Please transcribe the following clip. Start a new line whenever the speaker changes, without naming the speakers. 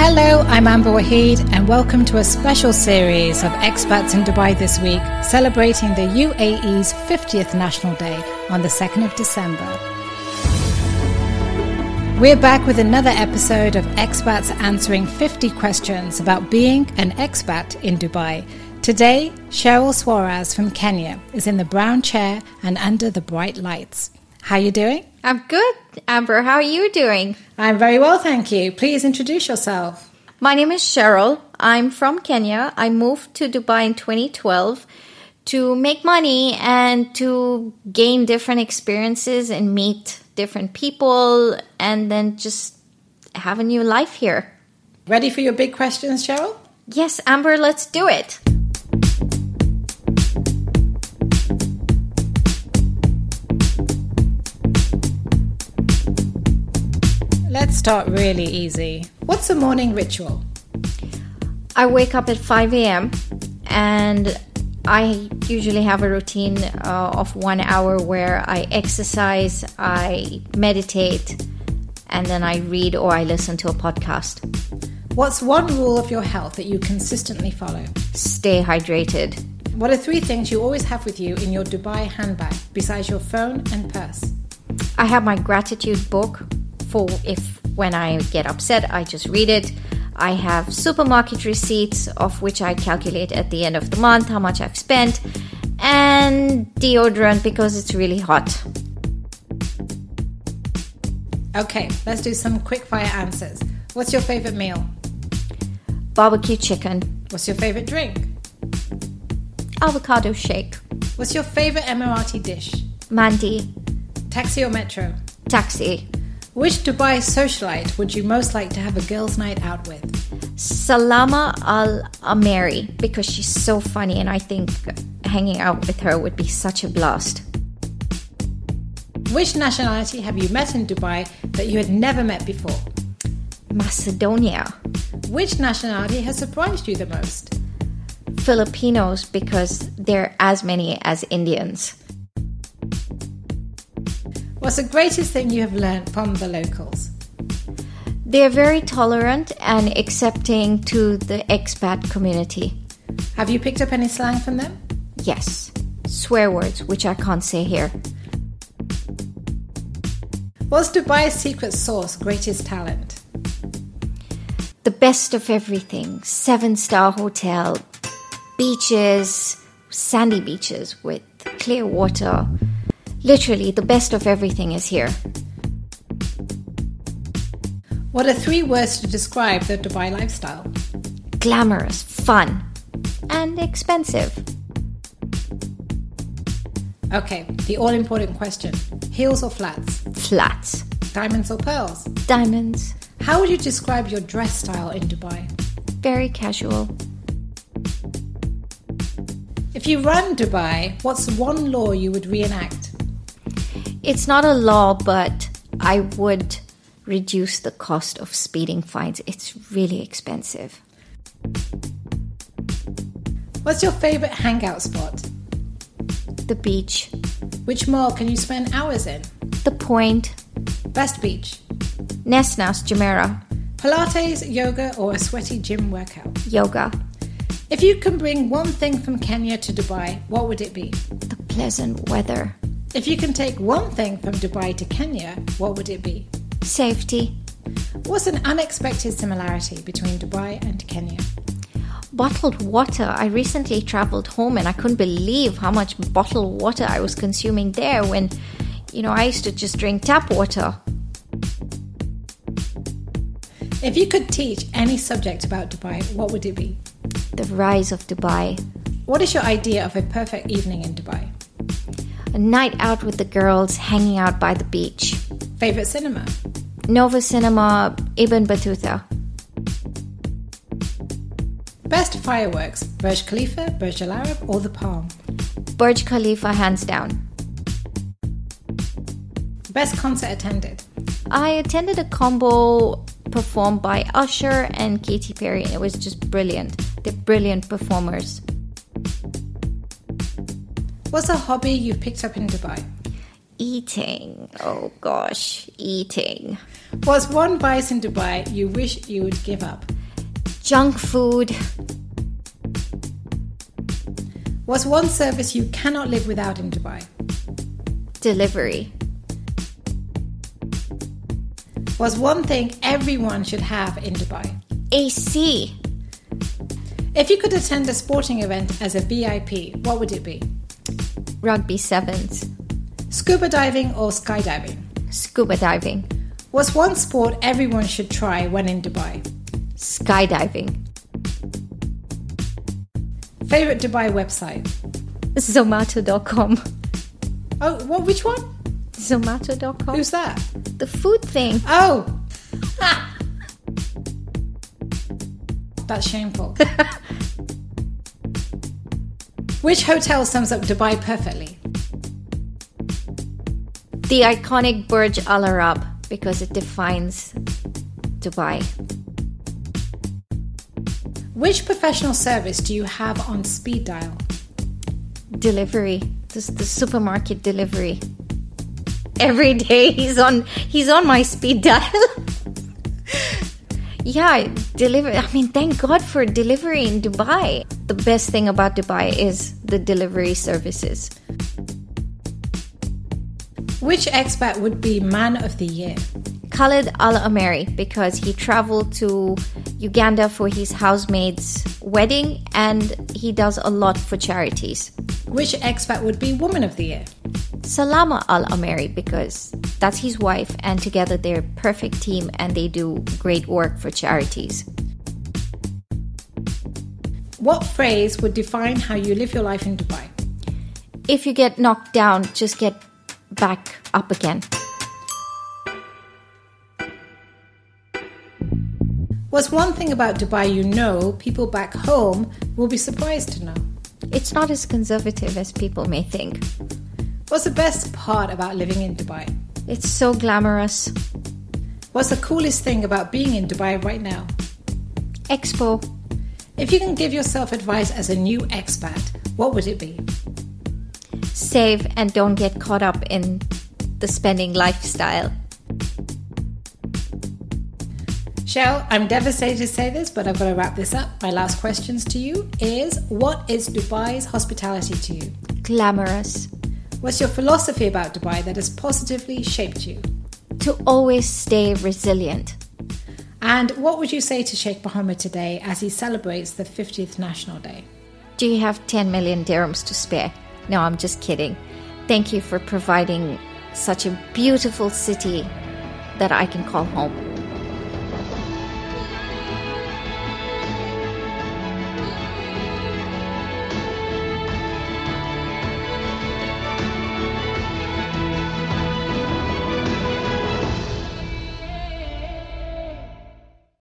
Hello, I'm Amber Wahid, and welcome to a special series of Expats in Dubai this week, celebrating the UAE's 50th National Day on the 2nd of December. We're back with another episode of Expats Answering 50 Questions about being an expat in Dubai. Today, Cheryl Suarez from Kenya is in the brown chair and under the bright lights. How you doing?
I'm good, Amber. How are you doing?
I'm very well, thank you. Please introduce yourself.
My name is Cheryl. I'm from Kenya. I moved to Dubai in 2012 to make money and to gain different experiences and meet different people and then just have a new life here.
Ready for your big questions, Cheryl?
Yes, Amber, let's do it.
Let's start really easy. What's a morning ritual?
I wake up at 5 a.m. and I usually have a routine uh, of one hour where I exercise, I meditate, and then I read or I listen to a podcast.
What's one rule of your health that you consistently follow?
Stay hydrated.
What are three things you always have with you in your Dubai handbag besides your phone and purse?
I have my gratitude book for if when I get upset, I just read it. I have supermarket receipts of which I calculate at the end of the month how much I've spent, and deodorant because it's really hot.
Okay, let's do some quick fire answers. What's your favorite meal?
Barbecue chicken,
What's your favorite drink?
avocado shake,
What's your favorite Emirati dish?
Mandy,
Taxi or metro?
taxi,
Which Dubai socialite would you most like to have a girls' night out with?
Salama Al Ameri because she's so funny and I think hanging out with her would be such a blast.
Which nationality have you met in Dubai that you had never met before?
Macedonia,
Which nationality has surprised you the most?
Filipinos because they're as many as Indians.
What's the greatest thing you have learned from the locals?
They're very tolerant and accepting to the expat community.
Have you picked up any slang from them?
Yes, swear words, which I can't say here.
What's Dubai's secret sauce greatest talent?
The best of everything seven star hotel, beaches, sandy beaches with clear water. Literally, the best of everything is here.
What are three words to describe the Dubai lifestyle?
Glamorous, fun, and expensive.
Okay, the all important question heels or flats?
Flats,
Diamonds or pearls?
diamonds,
How would you describe your dress style in Dubai?
very casual.
If you run Dubai, what's one law you would reenact?
It's not a law, but I would reduce the cost of speeding fines. It's really expensive.
What's your favorite hangout spot?
The beach,
Which mall can you spend hours in?
the point,
Best beach?
Nesnas Jumeirah,
Pilates, yoga, or a sweaty gym workout?
yoga,
If you can bring one thing from Kenya to Dubai, what would it be?
the pleasant weather,
If you can take one thing from Dubai to Kenya, what would it be?
safety,
What's an unexpected similarity between Dubai and Kenya?
bottled water. I recently traveled home and I couldn't believe how much bottled water I was consuming there when, you know, I used to just drink tap water.
If you could teach any subject about Dubai, what would it be?
The rise of Dubai,
What is your idea of a perfect evening in Dubai?
a night out with the girls, hanging out by the beach.
Favorite cinema?
Nova Cinema, Ibn Battuta,
Best fireworks, Burj Khalifa, Burj Al Arab, or the Palm?
Burj Khalifa, hands down.
Best concert attended?
I attended a combo performed by Usher and Katy Perry, and it was just brilliant. They're brilliant performers.
What's a hobby you've picked up in Dubai?
Eating, oh gosh, eating.
What's one vice in Dubai you wish you would give up?
junk food.
What's one service you cannot live without in Dubai?
Delivery.
What's one thing everyone should have in Dubai?
AC.
If you could attend a sporting event as a VIP, what would it be?
Rugby sevens.
Scuba diving or skydiving?
Scuba diving.
What's one sport everyone should try when in Dubai?
Skydiving.
Favorite Dubai website?
Zomato.com.
Oh, what? Which one?
Zomato.com.
Who's that?
The food thing.
Oh, that's shameful. Which hotel sums up Dubai perfectly?
The iconic Burj Al Arab because it defines Dubai.
Which professional service do you have on speed dial?
Delivery. This the supermarket delivery. Every day he's on he's on my speed dial. yeah, deliver I mean thank God for delivery in Dubai. The best thing about Dubai is the delivery services.
Which expat would be man of the year?
Khalid Al Ameri because he traveled to Uganda for his housemaid's wedding and he does a lot for charities.
Which expat would be woman of the year?
Salama Al Ameri because that's his wife and together they're a perfect team and they do great work for charities.
What phrase would define how you live your life in Dubai?
If you get knocked down, just get back up again.
What's one thing about Dubai you know people back home will be surprised to know?
It's not as conservative as people may think.
What's the best part about living in Dubai?
It's so glamorous.
What's the coolest thing about being in Dubai right now?
Expo,
If you can give yourself advice as a new expat, what would it be?
save, and don't get caught up in the spending lifestyle.
Shell, I'm devastated to say this, but I've got to wrap this up. My last questions to you is what is Dubai's hospitality to you?
Glamorous.
What's your philosophy about Dubai that has positively shaped you?
To always stay resilient.
And what would you say to Sheikh Mohammed today as he celebrates the 50th National Day?
Do you have 10 million dirhams to spare? No, I'm just kidding. Thank you for providing such a beautiful city that I can call home.